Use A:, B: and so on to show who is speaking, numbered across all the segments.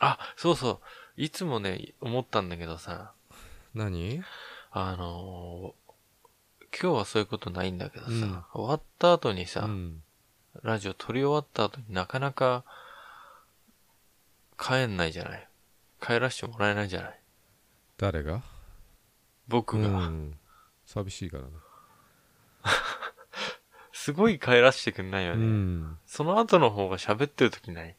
A: あ、そうそう。いつもね、思ったんだけどさ、
B: 何
A: あのー今日はそういうことないんだけどさ、
B: うん
A: 終わった後にさ、
B: うん。
A: ラジオ撮り終わった後になかなか帰んないじゃない。帰らせてもらえないじゃない。
B: 誰が
A: 僕が。
B: うん。寂しいからね。
A: すごい帰らせてくんないよ
B: う
A: ね。
B: ん。
A: その後の方が喋ってる時ない。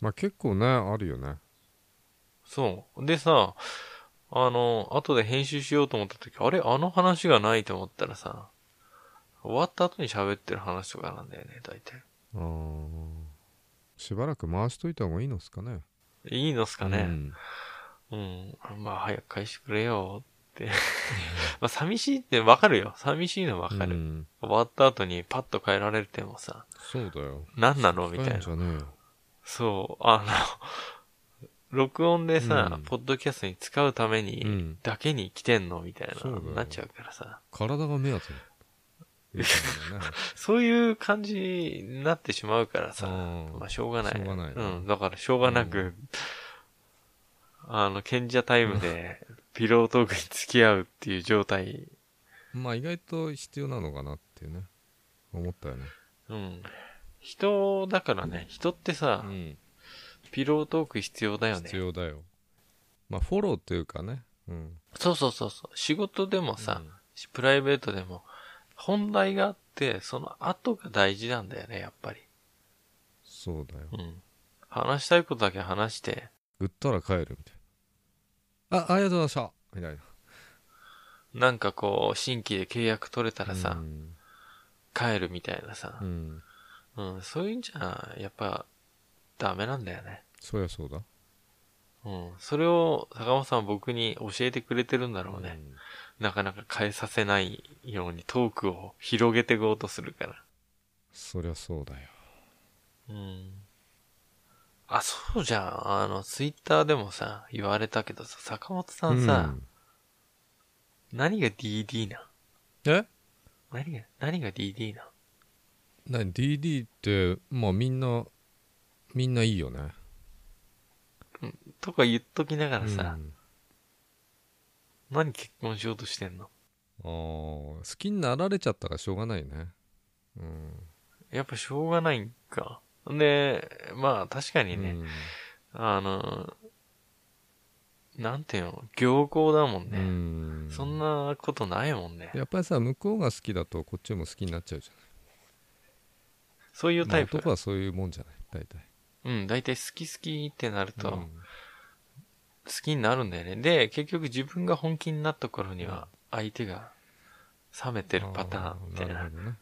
B: まあ結構ね、あるよね。
A: そう。でさ、あの、後で編集しようと思った時、あれあの話がないと思ったらさ、終わった後に喋ってる話とかなんだよね、大体。
B: あーしばらく回しといた方がいいのっすかね。
A: いいのっすかね、う
B: うん
A: ん。まあ、早く返してくれよって。 まあ、寂しいってわかるよ。寂しいのはわかる、
B: うん
A: 終わった後にパッと変えられてもさ、
B: そうだよ。
A: 何なのみ
B: 帰
A: たい
B: ん
A: な
B: じ。ゃねえよ。
A: そう、あの、 録音でさ、
B: うん
A: ポッドキャストに使うため
B: う
A: に、
B: ん。
A: だけに来てんのみたい
B: そうだ
A: な、
B: よ
A: なっちゃうからさ。
B: 体が目当て。みたいなね
A: そういう感じになってしまうからさ、
B: うん
A: まあ、しょうがない。
B: しょうがないね
A: うん、だからしょうがなく、
B: う
A: あの、賢者タイムで、ピロートークに付き合うっていう状態
B: まあ意外と必要なのかなっていうね。思ったよね。
A: うん。人だからね、人ってさ、
B: ん。
A: ピロートーク必要だよね
B: 必。要だよ。まあフォローというかね。うん。
A: そうそうそうそう。仕事でもさ、プライベートでも、本題があって、その後が大事なんだよね、やっぱり。
B: そうだよ。
A: うん。話したいことだけ話して、
B: 売ったら帰るみたいな。あ、ありがとうございました。みたいな。
A: なんかこう、新規で契約取れたらさ、
B: うん
A: 帰るみたいなさ
B: う、ん。
A: うん、そういうんじゃ、やっぱ、ダメなんだよね。
B: そりゃそうだ。
A: うん。それを、坂本さんは僕に教えてくれてるんだろうね。
B: ん
A: なかなか変えさせないようにトークを広げていこうとするから。
B: そりゃそうだよ。
A: うん。あ、そうじゃん。あの、ツイッターでもさ、言われたけどさ、坂本さんさ、
B: うん
A: 何が DD な
B: え
A: 何が、何が DD な
B: な DD って、まあみんな、みんないいよね。
A: とか言っときながら
B: うん
A: さ、
B: あ
A: 何結婚しようとしてんの
B: ー好きになられちゃったからしょうがないね。うん。
A: やっぱしょうがないんか。で、まあ確かにね、あの、なんていうの、行幸だもん
B: う
A: ね。
B: ん。
A: そんなことないもんね。
B: やっぱりさ、向こうが好きだとこっちも好きになっちゃうじ
A: そうい
B: ゃ。
A: うんタイプ。
B: まあ男はそういうもんじゃない、大体。
A: うん、大体好き好きってなると、
B: うん
A: 好きになるんだよね。で、結局自分が本気になった頃には、相手が冷めてるパターンみたい
B: あー
A: な
B: る。ほどね。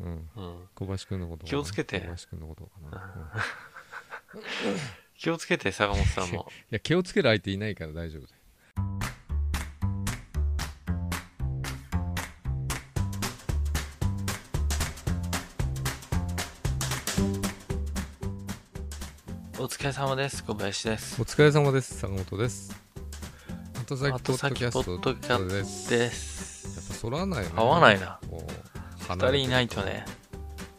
B: うん。
A: うん。
B: 小林くんのことかな
A: 気をつけて
B: 小林くんのことかな。うん
A: 気をつけて、坂本さん も。
B: いや気をつける相手いないから大丈夫だよ
A: お疲れ様です。小林です。
B: お疲れ様です坂本です後先ポ
A: 後
B: ッド
A: 先
B: キャ
A: ポ
B: ス
A: ッドキャ
B: トで
A: ス
B: す
A: ト
B: や
A: で
B: っぱ
A: す。
B: そらないよね
A: 合わないな。
B: こう
A: 二人
B: 離れて
A: いないとね。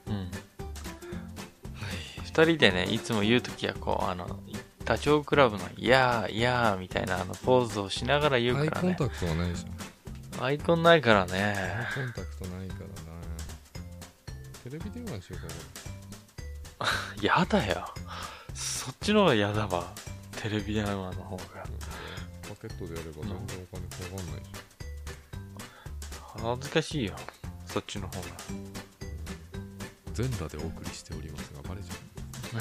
A: うん。二人でね、いつも言うときはこう、あの、ダチョウ倶楽部の、いやー、いやー、みたいなあのポーズをしながら言う
B: アイ
A: から
B: コン
A: ね。
B: タクトはないじ
A: アイコンないから
B: ゃん
A: ね。
B: アイコンタクトないからなテレビ電話にしようか
A: やだよ。そっちの方がやだわ。テレビ電話の方が。
B: 俺パケットでやれば全然お金かかんないじ
A: 恥ずかしいよ。そっちの方が。
B: ゃん全裸でお送りしておりますがバレちゃうちょっ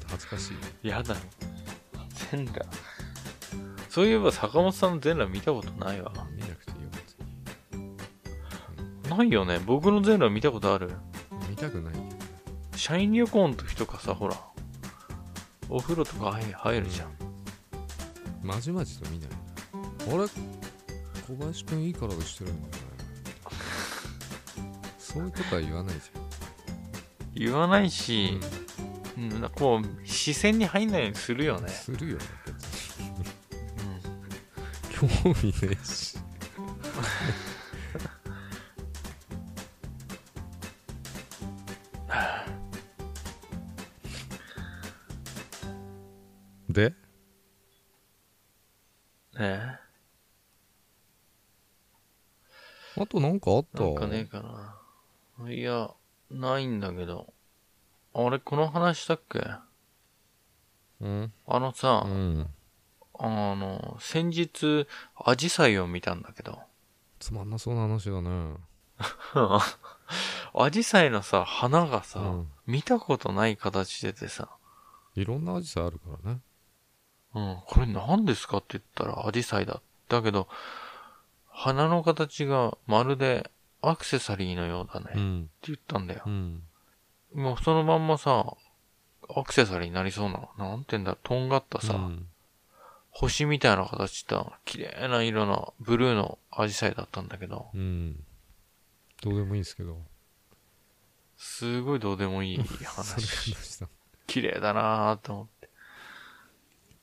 B: と恥ずかしいね
A: やだよ。全裸。そういえば坂本さんの全裸見たことないわ。
B: 見なくていいよ別に
A: ないよね。僕の全裸見たことある。
B: 見たくないけど
A: 社員旅行の時とかさ、ほら。お風呂とか入入るじゃん。
B: まじまじと見ないなあれ小林くんいい体してるんだよねそういうことは言わないじゃ
A: 言
B: ん
A: わないし、うん、こう、視線に入んないようにするよ
B: うん
A: ね。
B: するよね別
A: うん
B: に興味ねえしで
A: ね
B: あとなんかあっ
A: え。
B: た
A: なんかねえかな。いや、ないんだけど。あれ、この話したっけ
B: うん。
A: あのさ
B: う、ん。
A: あの、先日、アジサイを見たんだけど。
B: つまんなそうな話だね。
A: アジサイのさ、花がさ、
B: うん
A: 見たことない形でてさ、
B: いろんなアジサイあるからね。
A: うん、これ何ですかって言ったらアジサイだ。だけど、花の形がまるでアクセサリーのようだね。
B: う
A: って
B: ん。
A: 言ったんだよ
B: う。ん。
A: もうそのまんまさ、アクセサリーになりそうなの。なんて言うんだろう、とんがったさ、
B: うん
A: 星みたいな形した、綺麗な色のブルーのアジサイだったんだけど、
B: うん。どうでもいいんですけど。
A: すごいどうでもいい
B: それ
A: 話。
B: 話した。
A: 綺麗だなぁと思って。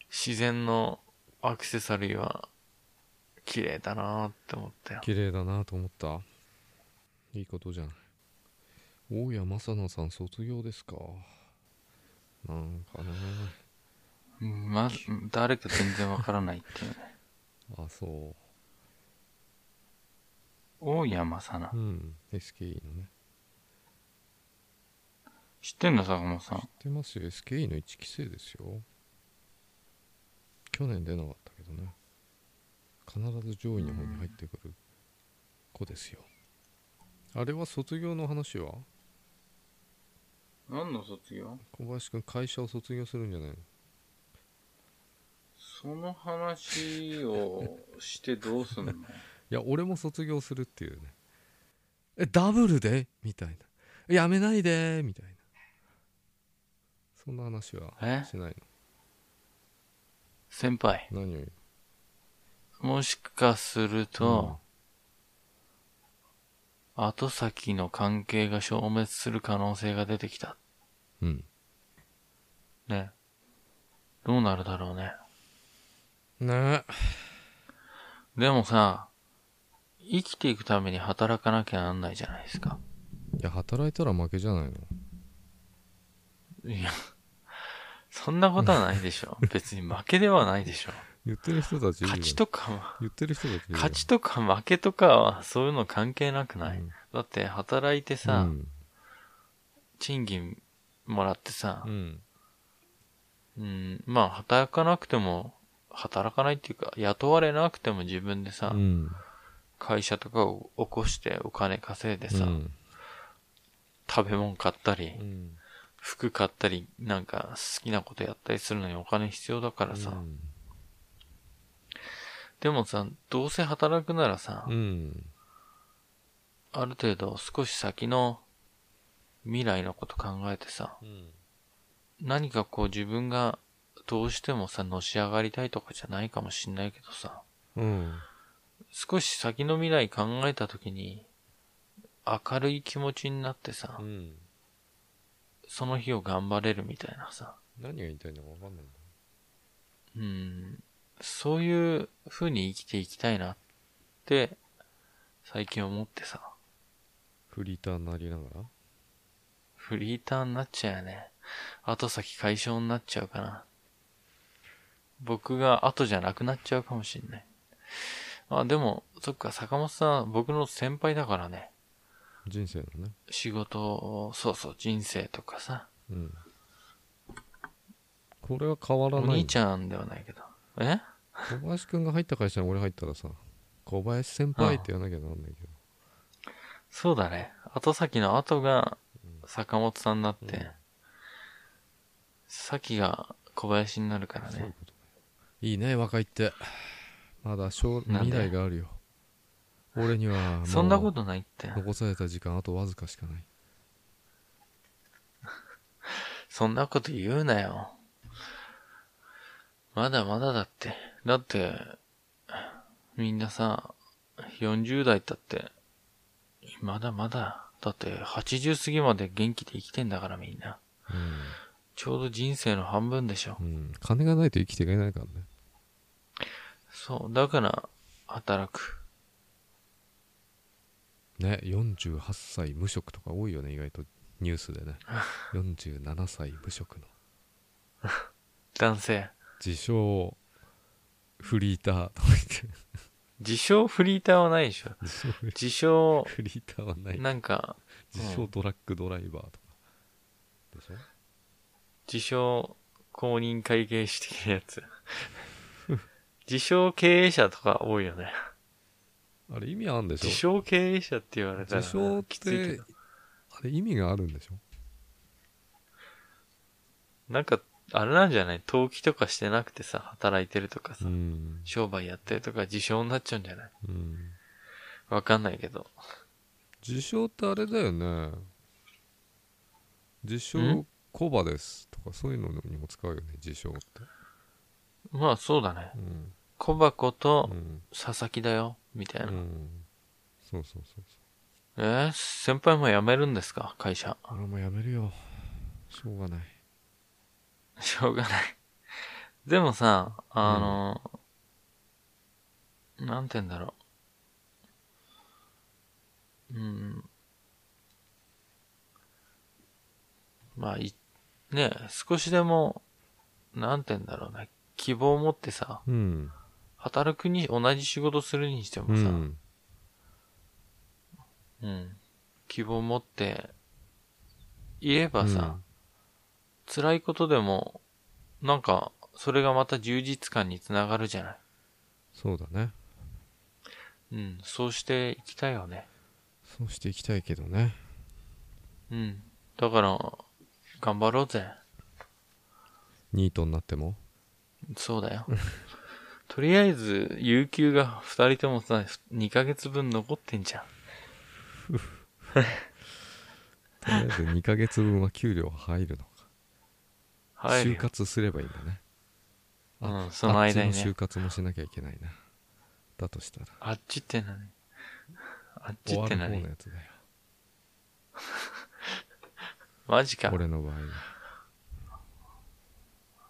A: 自然のアクセサリーは綺麗だなぁって思ったよ。
B: 綺麗だなと思った。いいことじゃない。大谷正奈さん卒業ですか。なんかね。
A: ま、誰か全然わからないっていうね。
B: あ、そ
A: 大山さな
B: う。う。ん。SKE のね。
A: 知ってんの坂本さ
B: 知っ
A: ん。
B: てますよ。SKE の1期生ですよ。去年出なかったけどね。必ず上位の方に入ってくる子ですよ。あれは卒業の話は
A: 何の卒業
B: 小林くん会社を卒業するんじゃないの
A: その話をしてどうすんの
B: いや俺も卒業するっていうねえダブルでみたいなやめないでみたいなそんな話は
A: え
B: しない
A: 先輩。
B: の何を言う
A: もしかすると、後先の関係が消滅する可能性が出てきた。
B: うん
A: ね。どうなるだろうね。
B: ねえ
A: でもさ、生きていくために働かなきゃなんないじゃないですか。
B: いや働いたら負けじゃないの
A: いや、そんなことはないでし ょ。別に負けではないでしょ。
B: 言ってる人たちいるよ
A: 勝ちとかは、
B: 言ってる人たちいるよ
A: 勝ちとか負けとかはそういうの関係なくない、
B: うん
A: だって働いてさ、
B: うん
A: 賃金もらってさ
B: う、ん
A: うん、まあ働かなくても、働かないっていうか、雇われなくても自分でさ、
B: うん
A: 会社とかを起こしてお金稼いでさ、
B: うん
A: 食べ物買ったり、
B: うん
A: 服買ったり、なんか好きなことやったりするのにお金必要だからさ。
B: うん
A: でもさ、どうせ働くならさ、
B: うん
A: ある程度少し先の未来のこと考えてさ、
B: うん
A: 何かこう自分がどうしてもさ、のし上がりたいとかじゃないかもしんないけどさ、
B: うん
A: 少し先の未来考えた時に、明るい気持ちになってさ
B: う、ん
A: その日を頑張れるみたいなさ、
B: 何が言いたいのか分かんないんだ
A: うん、そういう風に生きていきたいなって、最近思ってさ、
B: フリーターになりながら
A: フリーターになっちゃうよね。後先解消になっちゃうかな。僕が後じゃなくなっちゃうかもしんない。あ、でも、そっか、坂本さん、僕の先輩だからね。
B: 人生のね
A: 仕事を、そうそう、人生とかさ。
B: うんこれは変わら
A: お
B: ない
A: 兄
B: の
A: ちゃんではないけど。え
B: 小林くんが入った会社に俺入ったらさ小林先輩って言わなきゃなんないけど
A: そうだね。後先の後が
B: うん
A: 坂本さんになって、
B: うん
A: 先が小林になるから
B: そういう
A: ね。
B: こといいね若いってまだ将
A: なんで
B: 未来があるよ俺にはもう
A: そんなことないって。
B: 残された時間あとわずかしかない
A: そんなこと言うなよ。まだまだだって。だって、みんなさ、40代だって、まだまだ、だって80過ぎまで元気で生きてんだからみんな。ちょうど人生の半分でしょ
B: う。ん、うん、金がないと生きていけないからね
A: そう、だから、働く。
B: ね48歳無職とか多いよね意外とニュースでね47歳無職の
A: 男性。
B: 自称フリーターとか言って
A: 自称フリーターはないでしょ。
B: 自称
A: 自称、
B: フリフリーターはない
A: なんか、
B: 自称ドラッグドライバーとかでしょ
A: 自称公認会計士的なやつ。 自称経営者とか多いよね。
B: あれ意味あるんで
A: 自
B: しょ
A: 称経営者って言われたら
B: 自称
A: な
B: っ
A: きついけ
B: て
A: ど。
B: あれ意味があるんでしょ
A: なんか、あれなんじゃない登記とかしてなくてさ、働いてるとかさ、
B: うん
A: 商売やってるとか自称になっちゃうんじゃない
B: うん
A: わかんないけど。
B: 自称ってあれだよね自称
A: ん
B: コバですとかそういうのにも使うよね自称って
A: まあそうだね
B: う。ん
A: 小箱と
B: うん、
A: 佐々木だよ、みたいうな。
B: ん、そうそうそう
A: えー先輩も辞めるんですか会社。
B: そう俺もやめるよしょうがない
A: しょうがない。でもさ、あの、なんて言うんだろう。うん。まあ、い、ねえ少しでも、なんて言うんだろうね。希望を持ってさ、
B: うん
A: 働くに、同じ仕事するにして
B: う
A: もさ、
B: ん
A: うん。希望を持って、言えばさ、
B: うん
A: 辛いことでも、なんか、それがまた充実感につながるじゃない。
B: そうだね
A: うん、そうしていきたいよね。
B: そうしていきたいけどね
A: うん。だから、頑張ろうぜ。
B: ニートになっても
A: そうだよ。 とりあえず、有給が二人ともさ、2ヶ月分残ってんじゃん。
B: とりあえず2ヶ月分は給料入るのか
A: 入る
B: 就
A: よ
B: 活すればいいんだねあ
A: うん、その間に
B: あっちの就
A: ね。
B: 活もしなきゃいけないなだとしたら
A: あっちって何あっち
B: 終
A: っ
B: わ
A: て
B: る方の
A: 何
B: やつだよ
A: マジか。
B: 俺の場合は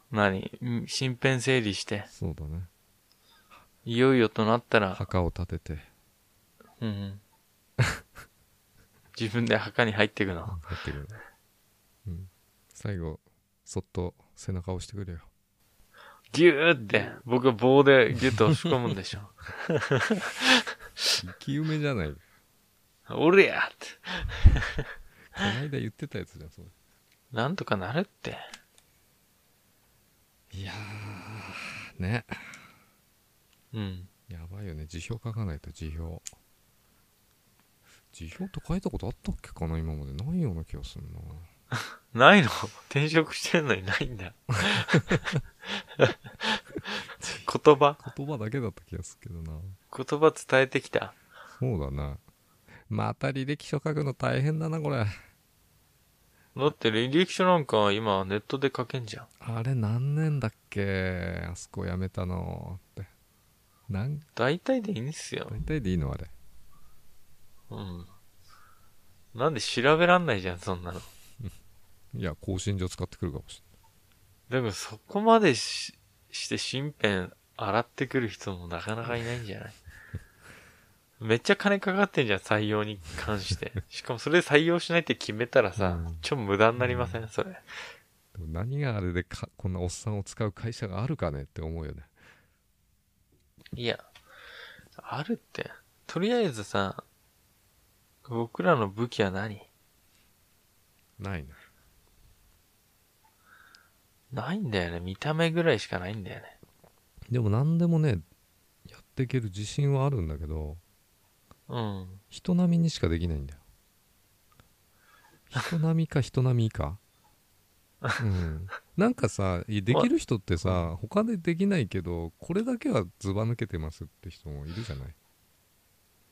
A: 何うん身辺整理して、
B: そうだね
A: いよいよとなったら、
B: 墓を立てて
A: うんうん。自分で墓に入っていくの。
B: 入ってくるうん最後そっと背中を押してくれよ
A: ギューって、僕は棒でギュッと押し込むんでし ょ。
B: 生き埋めじゃないこ
A: 俺やって。
B: ないだ言ってたやつじゃんそれ
A: なんとかなるって。
B: いやーね
A: うん。
B: やばいよね辞表書かないと辞表辞表って書いたことあったっけかな今までないような気がするな
A: ないの 転職してんのにないんだ。言葉
B: 言葉だけだった気がするけどな
A: 言葉伝えてきた。
B: そうだなまた履歴書書くの大変だなこれ
A: だって履歴書なんか今ネットで書けんじゃん。
B: あれ何年だっけあそこ辞めたのって何
A: 大体でいいんですよ。
B: 大体でいいのあれ
A: うん。なんで調べらんないじゃん、そんなの。
B: いや更新所使ってくるかもし
A: でもそこまでしして身辺洗ってくる人もなかなかいないんじゃ ないめっちゃ金かかってんじゃん、採用に関して。しかもそれで採用しないって決めたらさ、
B: うん
A: ちょっと無駄になりませんそれ。
B: れないでも何があれでかこんなおっさんを使う会社があるかねって思うよね
A: いや、あるって。とりあえずさ、僕らの武器は何
B: ないな
A: ないんだよね。見た目ぐらいしかないんだよね。
B: でも何でもねやっていける自信はあるんだけど
A: うん。
B: 人並みにしかできないんだよ人並みか人並み以下うんなんかさいできる人ってさ他でできないけどこれだけはずば抜けてますって人もいるじゃない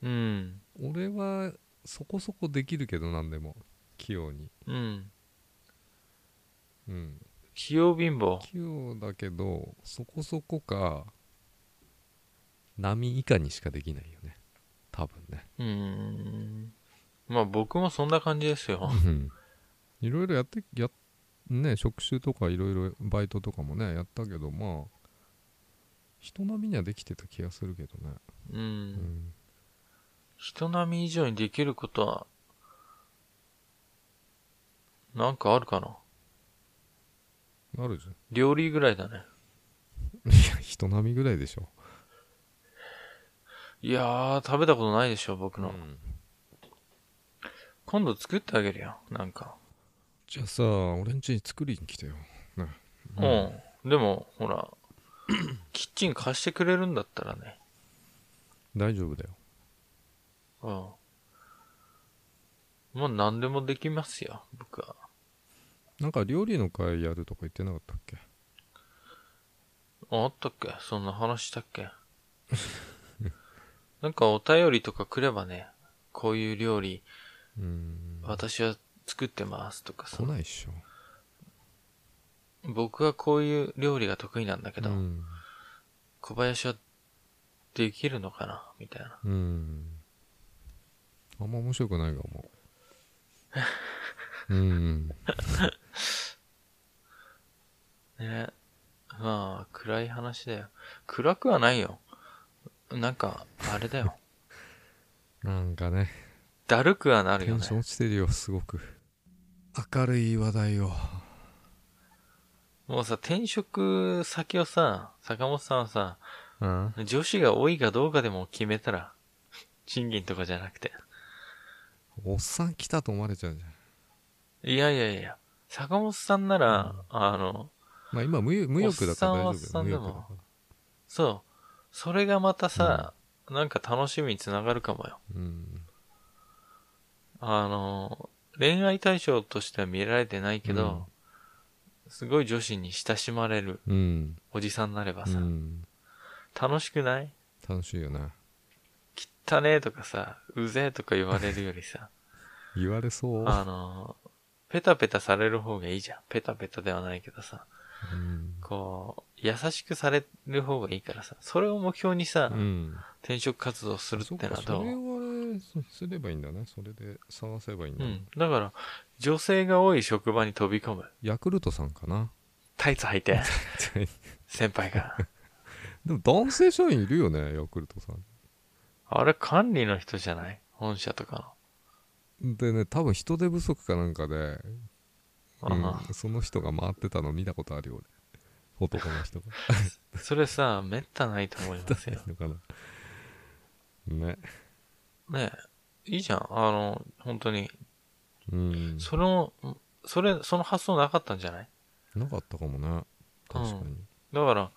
A: うん。
B: 俺はそこそこできるけど何でも器用に
A: うん。
B: うん
A: 器用貧乏。
B: 器用だけどそこそこか波以下にしかできないよね多分ね
A: うーん。まあ僕もそんな感じですよ。
B: いろいろやってやっね職種とかいろいろバイトとかもねやったけどまあ人並みにはできてた気がするけどね
A: う。
B: うんん
A: 人並み以上にできることは、なんかあるかな
B: あるじゃん
A: 料理ぐらいだね。
B: 人並みぐらいでしょ。
A: いやー、食べたことないでしょ、僕の。
B: ん
A: 今度作ってあげるよ、なんか。
B: じゃあさ、俺ん家に作りに来てよ。ね。
A: うん。でも、ほら、 キッチン貸してくれるんだったらね。
B: 大丈夫だよ。
A: うん。もう何でもできますよ、僕は。
B: なんか料理の会やるとか言ってなかったっけ
A: ああったっけそんな話したっ けなんかお便りとか来ればね、こういう料理、
B: うーん。
A: 私は作ってますとかさ
B: 来、ないっしょ。
A: 僕はこういう料理が得意なんだけど、
B: うん。
A: 小林はできるのかなみたいな。
B: うん。あんま面白くないか も。うん。
A: ねまあ、暗い話だよ。暗くはないよ。なんか、あれだよ。
B: なんかね、
A: だるくはなる
B: テ
A: よ
B: ンション
A: ね。
B: 落ちてるよ、すごく。明るい話題を。
A: もうさ、転職先をさ、坂本さんはさ、
B: うん
A: 女子が多いかどうかでも決めたら、賃金とかじゃなくて。
B: おっさん来たと思われちゃうじゃん。
A: いやいやいや、坂本さんなら、あの、
B: まあ今無欲、無欲だから大丈夫
A: おっさんは
B: 無
A: おっさん
B: 欲
A: で
B: だ
A: も
B: か
A: そう、それがまたさ、なんか楽しみにつながるかもよ。
B: ら。うん。
A: あの、恋愛対象としては見られてないけど、すごい女子に親しまれる
B: うん。
A: おじさんになれば
B: う
A: さ、
B: ん。
A: 楽しくない
B: 楽しいよな。
A: 汚ねえとかさ、うぜえとか言われるよりさ、
B: 言われそう。
A: あの、ペタペタされる方がいいじゃん。ペタペタではないけどさ、
B: うん。
A: こう、優しくされる方がいいからさ、それを目標にさ、
B: うん。
A: 転職活動するって
B: そっ
A: の
B: か
A: は
B: そ
A: ど
B: れ
A: う
B: をあれそすればいいんだね。それで探せばいいん
A: う
B: だ、
A: ん。だから、女性が多い職場に飛び込む。
B: ヤクルトさんかな。
A: タイツ履いて、先輩が。
B: でも男性社員いるよね、ヤクルトさん。
A: あれ管理の人じゃない本社とか
B: でね、多分人手不足かなんかで、
A: の。あ
B: うんその人が回ってたの見たことあるよ、俺。男の人が。
A: あそれさ、めったないと思います よ。
B: のかな。ね。
A: ねえ。いいじゃん。あの、本当に。
B: うん。
A: その、それ、その発想なかったんじゃない
B: なかったかもね。確かに。
A: だから、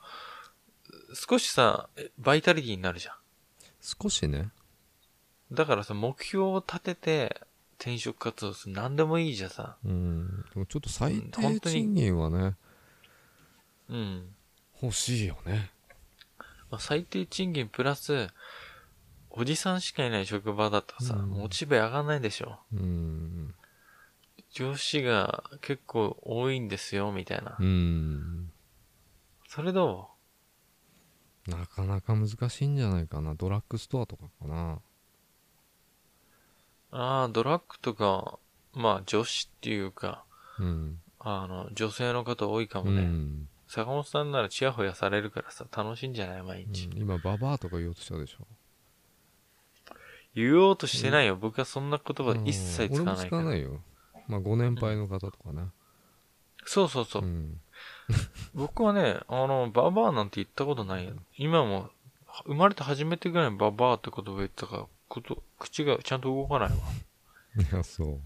A: 少しさ、バイタリティになるじゃ
B: 少しね。
A: ん。だからさ、目標を立てて、転職活動する。何でもいいじゃんさ。
B: うん。でもちょっと最
A: うん本
B: 低
A: 当に
B: 賃金はね、
A: うん。
B: 欲しいよね。
A: まあ、最低賃金プラス、おじさんしかいない職場だとさ、
B: うん
A: モチベ上がんないでしょ。
B: うん。
A: 上司が結構多いんですよ、みたいな。
B: うん。
A: それど
B: なかなか難しいんじゃないかなドラッグストアとかかな
A: うああ、ドラッグとか、まあ女子っていうか、
B: うん、
A: あの、女性の方多いかも
B: うん
A: ね。
B: うん
A: 坂本さんならチヤホヤされるからさ、楽しいんじゃない毎日。
B: 今ババアとか言おうとしたでしょ
A: 言おうとしてないよ。僕はそんな言葉一切使わ
B: うん俺も
A: ない
B: 使
A: か
B: わ
A: ら。
B: ないよまあご年配の方とかね
A: そうそうそうう。
B: ん
A: 僕はね、あの、ババアなんて言ったことないよ。今も、は生まれて初めてぐらいにババアって言葉言ってたから、こと、口がちゃんと動かない
B: いやそ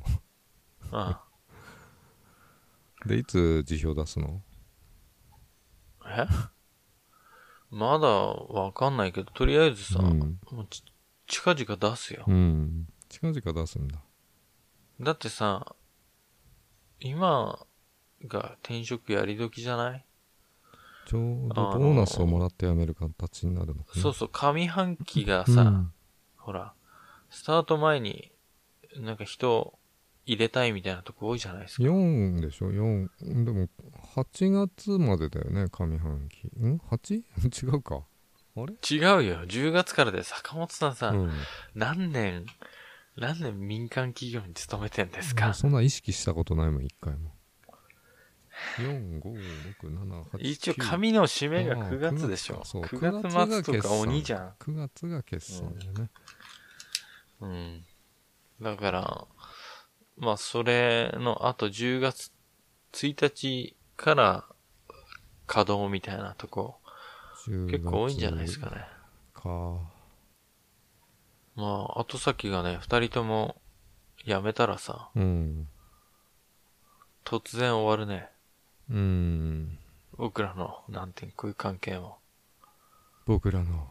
A: わ。
B: うでいつ辞表出すの
A: うん。えまだわかんないけど、とりあえずさ、
B: うん、
A: もうち、近々出すよ
B: う。ん、近々出すんだ
A: だってさ、今が転職やり時じゃない、
B: ちょうど
A: あのー
B: ボーナスをもらって辞める形になるのかな
A: そうそう、上半期がさ、ほら、スタート前に、なんか人入れたいみたいなとこ多いじゃないですか。
B: 4でしょ4でも8月までだよね上半期ん 8? 違うかあれ
A: 違うよ。10月からで坂本さんさ、
B: うん
A: 何年、何年民間企業に勤めてんです
B: も
A: か
B: う、そんな意識したことないもん一回も45678
A: 一応紙の締めが9月でし
B: あ
A: ょ
B: あそう
A: 9
B: 9月が
A: 月末と
B: 決
A: か
B: 算
A: 鬼じゃ
B: 9月が決算だよね、
A: ん。うん。だから、まあそれのあと10月1日から稼働みたいなとこ結構多いんじゃないですかね。
B: か
A: まあ、後先がね、二人とも辞めたらさ、
B: うん
A: 突然終わるね。
B: うん
A: 僕らの、なんていうこういう関係も。
B: 僕らの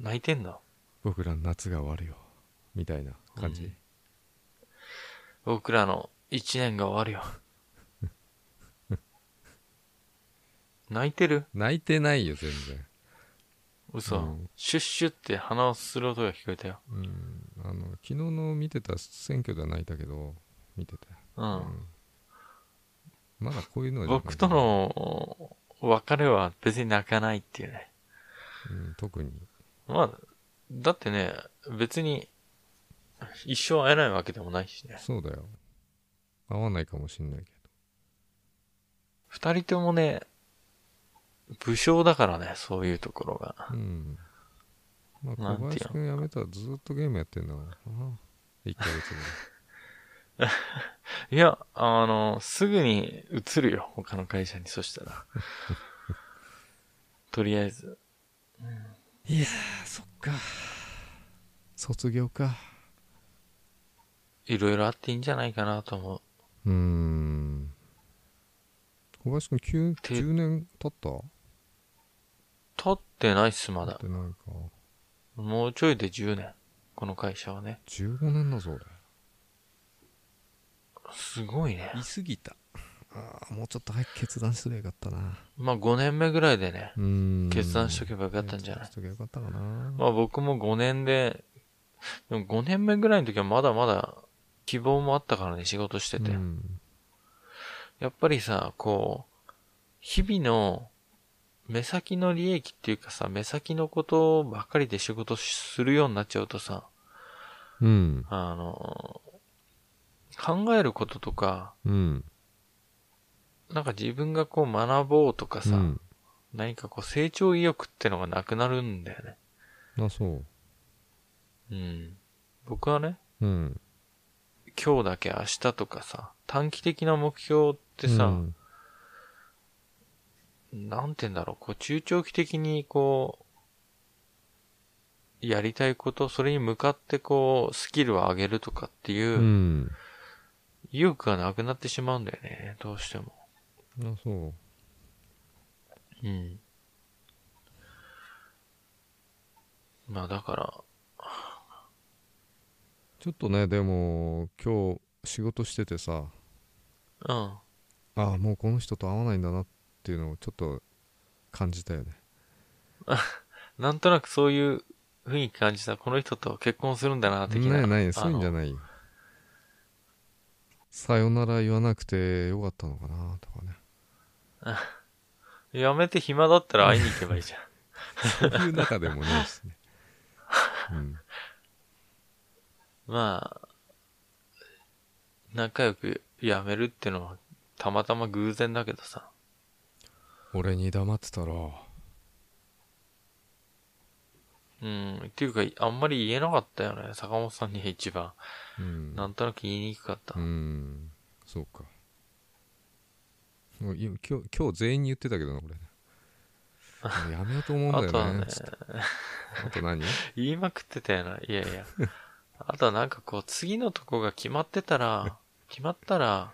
A: 泣いてんの
B: 僕らの夏が終わるよみたいな感じ、
A: 僕らの一年が終わるよ。 泣いてる
B: 泣いてないよ全然
A: 嘘、
B: うん
A: シュッシュって鼻をすする音が聞こえたよ。
B: うんあの昨日の見てた選挙では泣いたけど見てたよ
A: うん。
B: まだこういうのは
A: 僕と、の別れは別に泣かないっていうね。
B: うん、特に
A: まあ、だってね、別に一生会えないわけでもないしね。
B: そうだよ合わないかもしんないけ
A: 二人ともね、武将だからね、そういうところが。
B: どうんまあ
A: なん
B: 小
A: ていうの
B: 林君辞めたらずっとゲームやってんだもんな1ヶ月ぐらい
A: いや、あの、すぐに移るよ、他の会社に、そしたら。 とりあえず。
B: いやーそっか卒業か
A: いろいろあっていいんじゃないかなと思う。
B: うーん小林君9
A: て
B: 10年経った経
A: 経ってないっす、まだ
B: っ。てないか
A: もうちょいで10年。この会社はね。
B: 15年だぞ俺
A: すごいね。
B: いすぎたあーもうちょっと早く決断すればよかったな
A: まあ5年目ぐらいでね、
B: うーん
A: 決断しと
B: け
A: けばよかったんじゃない
B: 決断しとけばよかったかな
A: まあ僕も5年で、でも5年目ぐらいの時はまだまだ希望もあったからね、仕事してて。
B: うん
A: やっぱりさ、こう、日々の目先の利益っていうかさ、目先のことばっかりで仕事するようになっちゃうとさ、
B: うん
A: あの、考えることとか、
B: うん
A: なんか自分がこう学ぼうとかさ、
B: うん
A: 何かこう成長意欲ってのがなくなるんだよね。
B: あそう
A: うん。僕はね、
B: うん
A: 今日だけ明日とかさ、短期的な目標ってさ、
B: うん
A: なんて言うんだろう、こう中長期的にこう、やりたいこと、それに向かってこう、スキルを上げるとかって
B: う
A: いうん意欲がなくなってしまうんだよね、どうしても。
B: あそ
A: う
B: う
A: ん。まあだから、
B: ちょっとねでも今日仕事しててさ
A: うん。
B: ああもうこの人と会わないんだなっていうのをちょっと感じたよね
A: なんとなくそういう雰囲気感じた。この人と結婚するんだな、的な。
B: ないないそういうんじゃ
A: い
B: ないよさよなら言わなくてよかったのかなとかね
A: やめて暇だったら会いに行けばいいじゃん。
B: そういう中でも ないしねうん
A: まあ、仲良くやめるってのは、たまたま偶然だけどさ。
B: 俺に黙ってたら
A: うん、っていうか、あんまり言えなかったよね。坂本さんに一番。
B: うん
A: なんとなく言いにくかった。
B: うんそうかもうい今日今日全員に言ってたけどな俺ねもうやめようと思うんだ
A: あと
B: よ
A: は
B: ね
A: ね、
B: つってあと何
A: 言いまくってたよな。いやいや。あとはなんかこう、次のとこが決まってた ら、決まったら、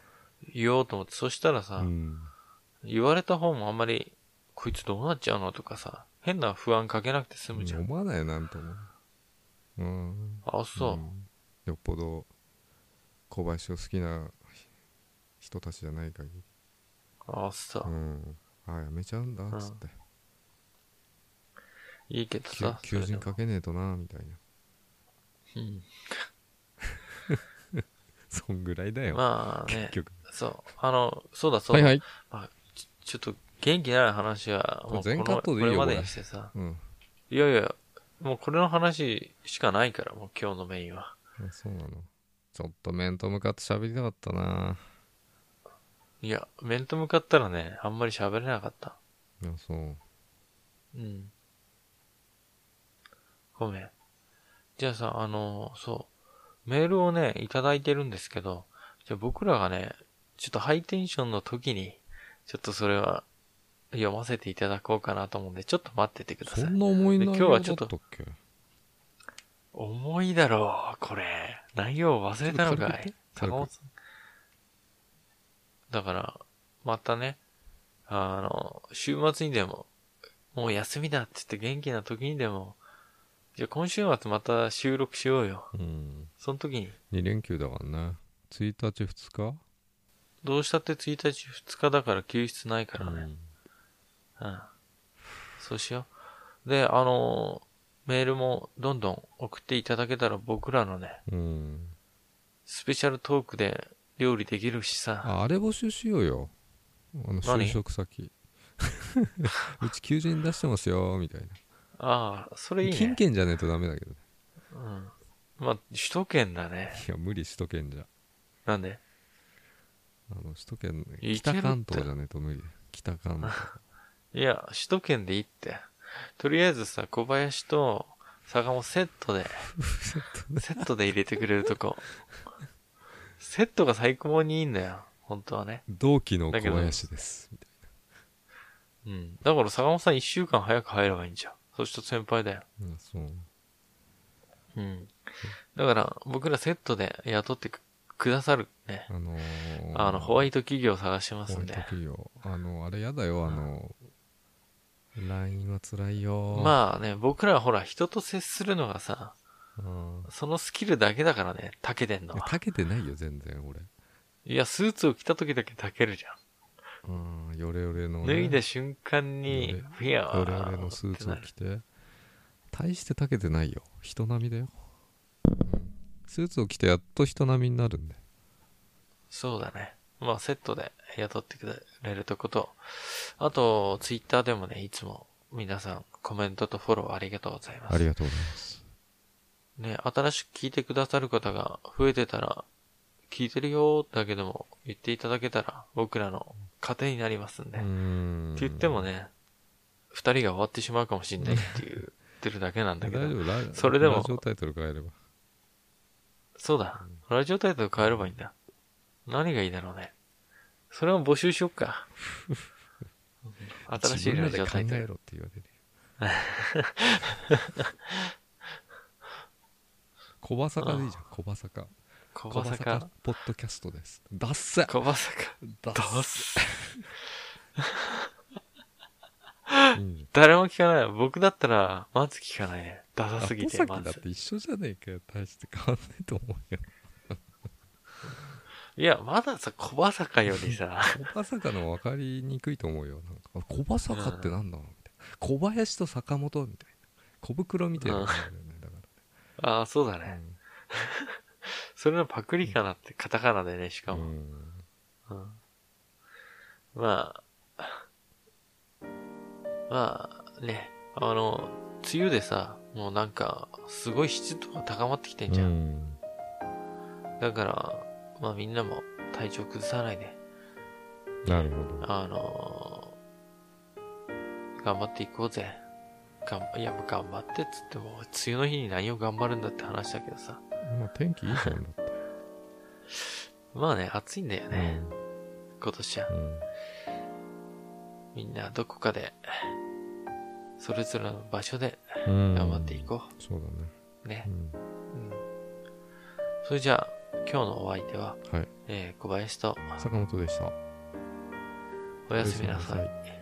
A: 言おうと思って、そしたらさ、
B: うん
A: 言われた方もあんまり、こいつどうなっちゃうのとかさ、変な不安かけなくて済むじゃん。
B: 思わないよなんともうん
A: あ、そう。
B: んよっぽど小林を好きな人たちじゃない限り
A: あ、そうう。
B: んああやめちゃうんだっつって
A: いいけど
B: きゅ
A: さ。
B: 求人
A: それ
B: かけねえとなみたいな
A: でも
B: そんぐらいだ
A: うん。
B: よ、
A: まあね
B: 結、局
A: そう。あの、そうだそう
B: は
A: だ。
B: いはい
A: ちょっと、元気ない話は、もう
B: これ全
A: この
B: カットでいい
A: こ
B: よ
A: れまで
B: こ
A: に
B: れ
A: してさ。
B: うん
A: いやいや、もうこれの話しかないから、もう今日のメインは。
B: あそうなのちょっと面と向かって喋りたかったない
A: や、面と向かったらね、あんまり喋れなかった。
B: いやそう
A: うん。ごめん。じゃあさ、あの、そう。メールをね、いただいてるんですけど、じゃあ僕らがね、ちょっとハイテンションの時に、ちょっとそれは、読ませていただこうかなと思うんで、ちょっと待っててくだ
B: そ
A: さい。
B: んな思い内
A: で今日
B: 容だ
A: は
B: っ
A: ち
B: た
A: ょ
B: っ
A: っと
B: け
A: 重いだろう、これ。内容忘れたのか
B: ちょっと軽く言って
A: い。坂本さん。だから、またね、あの、週末にでも、もう休みだって言って元気な時にでも、じゃあ今週末また収録しようよ。
B: うん
A: その時に、
B: 2連休だからね1日2日
A: どうしたって1日2日だから休日ないからね。うん。そうしよう。で、あの、メールもどんどん送っていただけたら僕らのね、
B: うん、うん、
A: スペシャルトークで料理できるしさ。
B: ああれ募集しようよあの
A: 何
B: 就 職先うち求人出してますよみたいな
A: ああ、それいいね。
B: 近県じゃねえとダメだけどね
A: うん。まあ、首都圏だね。
B: いや無理首都圏じゃ
A: なんで
B: あの首都圏
A: いけるって
B: 北関東じゃねえと無理北 関東
A: いや、首都圏でいいって。とりあえずさ、小林と坂本セットで、セットで入れてくれるとこ。セットが最高にいいんだよ。本当はね。
B: 同期の小林ですみたい
A: うん。だから坂本さん一週間早く入ればいいんじゃん。そしたら先輩だよ。
B: なうんそう
A: うん。だから、僕らセットで雇ってくくださるね。
B: あのー、
A: あの、ホワイト企業探してますんで
B: 置い。とくよあのあれやだよあの LINE は辛いよ
A: まあね、僕らはほら、人と接するのがさ、
B: うん
A: そのスキルだけだからね、たけてんの
B: いや
A: は。
B: たけてないよ全然俺
A: いや、スーツを着た時だけたけるじゃ
B: うんヨレヨレの
A: ん。
B: ね
A: 脱いだ瞬間
B: よ
A: に
B: れ、
A: フィア
B: ヨレヨレのスーツを着て大してたけてないよ人並みだよ、うんスーツを着てやっと人並みになるんで
A: そうだね。まあ、セットで雇ってくれるとこと、あと、ツイッターでもね、いつも皆さんコメントとフォローありがとうございま
B: あり
A: す。
B: がとうございます
A: ね、新しく聞いてくださる方が増えてたら、聞いてるよーだけでも言っていただけたら、僕らの糧になりますんで。
B: うー
A: っ
B: ん
A: て言ってもね、二人が終わってしまうかもしれないっていう、言ってるだけなんだ
B: 大
A: け
B: 丈
A: ど。
B: 夫ラ
A: それでも
B: ラジオタイトル変えれば
A: そうだ。ラジオタイトル変えればいいんだ。何がいいだろうね。それも募集しよっか。新しいラジオタイト
B: 自分らで考え
A: ル。
B: ろって言わ れるよ小バサカでいいじゃん小バサカ
A: 小バサカ。
B: ポッドキャストですダッセ
A: 小バサカ。
B: ダ
A: ダッサ
B: いいじ
A: 誰も聞かない。僕だったら、まず聞かないね。ダ
B: ゃん
A: サすぎて、
B: アポ
A: ま
B: サキだっ
A: ず。
B: て一緒じゃねえかよ大して変わんないと思うよ
A: いや、まださ、小バサカより さ、
B: 小バサカの分かりにくいと思うよなんか小バサカってなんだろうみたいな小林と坂本みたいな小袋みたいなのがあるよねだか
A: ああ、そうだ
B: ら
A: ね。
B: ね
A: それのパクリかなって、カタカナでね、し
B: う
A: かも。
B: ん
A: うんまあ、まあね、あの、梅雨でさ、もうなんか、すごい湿度が高まってきてんじゃん。
B: うん
A: だから、まあみんなも体調崩さないで、
B: なるほ
A: あのー頑張っていこうぜ。がんいや、頑張ってっつっても、梅雨の日に何を頑張るんだって話だけどさ。
B: どまあ天気いいじゃんだって
A: まあね、暑いんだよね、今年は。
B: うん
A: みんなどこかで、それぞれの場所で
B: うん
A: 頑張っていこ
B: そうだね
A: う。ね
B: う。ん
A: うん。それじゃあ、今日のお相手は、
B: はい
A: えー小林と、
B: 坂本でした
A: おやすみなさ
B: おや
A: い
B: す。
A: い